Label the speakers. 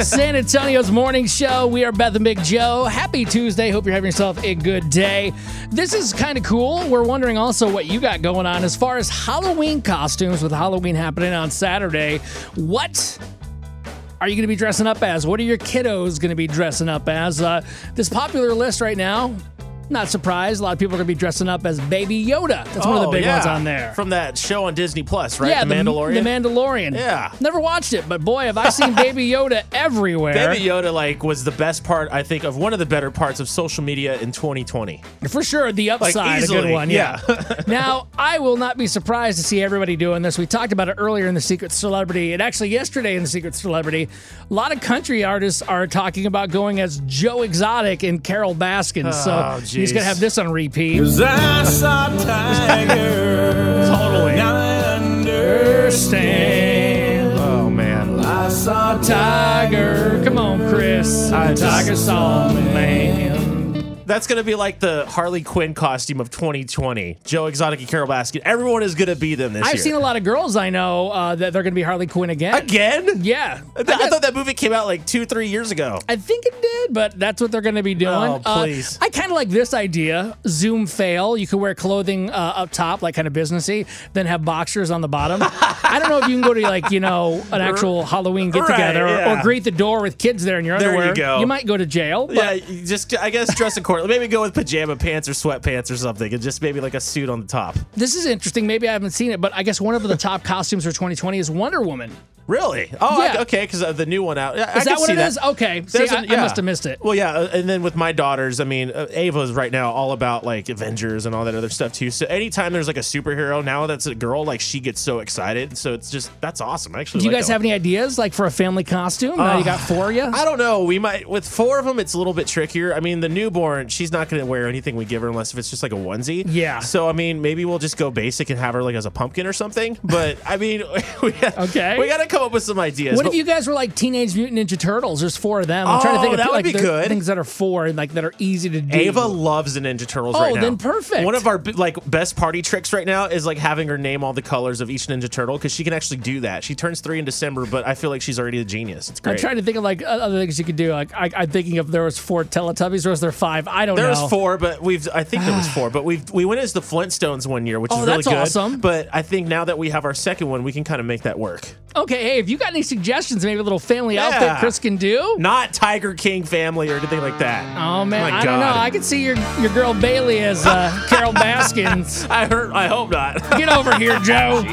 Speaker 1: San Antonio's morning show. We are Beth and Big Joe. Happy Tuesday. Hope you're having yourself a good day. This is kind of cool. We're wondering also what you got going on as far as Halloween costumes with Halloween happening on Saturday. What are you going to be dressing up as? What are your kiddos going to be dressing up as? Uh, this popular list right now, not surprised. A lot of people are going to be dressing up as Baby Yoda. That's one of the
Speaker 2: Oh,
Speaker 1: big
Speaker 2: yeah.
Speaker 1: ones on there.
Speaker 2: From that show on Disney Plus, right?
Speaker 1: Yeah,
Speaker 2: the Mandalorian.
Speaker 1: The Mandalorian.
Speaker 2: Yeah.
Speaker 1: Never watched it, but boy, have I seen Baby Yoda everywhere.
Speaker 2: Baby Yoda like was the best part I think of one of the better parts of social media in 2020.
Speaker 1: For sure, the upside, a good
Speaker 2: easily,
Speaker 1: one. Yeah. now, I will not be surprised to see everybody doing this. We talked about it earlier in the Secret Celebrity, and actually yesterday in the Secret Celebrity, a lot of country artists are talking about going as Joe Exotic and Carol Baskin. so
Speaker 2: Oh,
Speaker 1: he's
Speaker 2: geez.
Speaker 1: gonna have this on repeat.
Speaker 3: I saw tiger.
Speaker 2: Totally.
Speaker 3: I understand.
Speaker 2: Oh man.
Speaker 3: I saw
Speaker 1: Tiger, come on, Chris.
Speaker 2: I just-
Speaker 1: Tiger saw the man.
Speaker 2: That's going to be like the Harley Quinn costume of 2020. Joe Exotic and Carol Baskin. Everyone is going to be them this
Speaker 1: I've
Speaker 2: year.
Speaker 1: seen a lot of girls I know uh, that they're gonna be Harley Quinn again.
Speaker 2: Again?
Speaker 1: Yeah.
Speaker 2: I, th- I thought that movie came out like 2-3 years ago.
Speaker 1: I think it did, but that's what they're going to be doing.
Speaker 2: Oh,
Speaker 1: Uh,
Speaker 2: please.
Speaker 1: I kind of like this idea. Zoom fail. You can wear clothing uh, up top, like kind of businessy, then have boxers on the bottom. I don't know if you can go to like you know an actual Halloween get together
Speaker 2: Right,
Speaker 1: or,
Speaker 2: yeah.
Speaker 1: greet the door with kids there in your
Speaker 2: There you
Speaker 1: underwear.
Speaker 2: go.
Speaker 1: might go to jail. But
Speaker 2: Yeah, you just I guess dress accordingly. Maybe go with pajama pants or sweatpants or something, and just maybe like a suit on the top.
Speaker 1: this is interesting. Maybe I haven't seen it, but I guess one of the top costumes for 2020 is Wonder Woman.
Speaker 2: Really? Oh,
Speaker 1: Yeah.
Speaker 2: I, okay. Because uh, the new one out. Is
Speaker 1: Is that what it is? Okay. See,
Speaker 2: There's
Speaker 1: I-
Speaker 2: an-
Speaker 1: I
Speaker 2: yeah.
Speaker 1: must have missed it.
Speaker 2: Well, yeah, uh, and then with my daughters, I mean, uh, Ava's right now all about like Avengers and all that other stuff too. So anytime there's like a superhero now that's a girl, like she gets so excited. So it's just that's awesome. I actually,
Speaker 1: Do you
Speaker 2: like
Speaker 1: guys
Speaker 2: that
Speaker 1: have any ideas, like for a family costume? now you got four of you.
Speaker 2: one. I don't know. We might with four of them, it's a little bit trickier. I mean, the newborn, she's not going to wear anything we give her unless if it's just like a onesie.
Speaker 1: Yeah.
Speaker 2: So I mean, maybe we'll just go basic and have her like as a pumpkin or something. But I mean, we got,
Speaker 1: Okay.
Speaker 2: we got to come up with some ideas.
Speaker 1: What
Speaker 2: But-
Speaker 1: if you guys were like Teenage Mutant Ninja Turtles? There's four of them. I'm trying to think
Speaker 2: Oh,
Speaker 1: of
Speaker 2: that would
Speaker 1: like
Speaker 2: be
Speaker 1: the
Speaker 2: good.
Speaker 1: things that are four and like that are easy to do.
Speaker 2: Ava loves the Ninja Turtles
Speaker 1: Oh,
Speaker 2: right now.
Speaker 1: then perfect.
Speaker 2: One of our bi- like best party tricks right now is like having her name all the colors of each Ninja Turtle because she can actually do that. She turns three in December, but I feel like she's already a genius. It's
Speaker 1: I'm
Speaker 2: great.
Speaker 1: trying to think of like o- other things you could do. Like I, I'm thinking if there was four Teletubbies or was there five? I don't
Speaker 2: there
Speaker 1: know.
Speaker 2: was four, but we've I think there was four, but we've we went as the Flintstones one year, which
Speaker 1: Oh,
Speaker 2: is really
Speaker 1: that's
Speaker 2: good.
Speaker 1: awesome.
Speaker 2: But I think now that we have our second one, we can kind of make that work.
Speaker 1: Okay, hey, if you got any suggestions, maybe a little family
Speaker 2: Yeah.
Speaker 1: outfit Chris can do.
Speaker 2: Not Tiger King family or anything like that.
Speaker 1: Oh man,
Speaker 2: My
Speaker 1: I don't know.
Speaker 2: God.
Speaker 1: I could see your your girl Bailey as uh, Carol Baskins.
Speaker 2: I heard. I hope not.
Speaker 1: Get over here, Joe.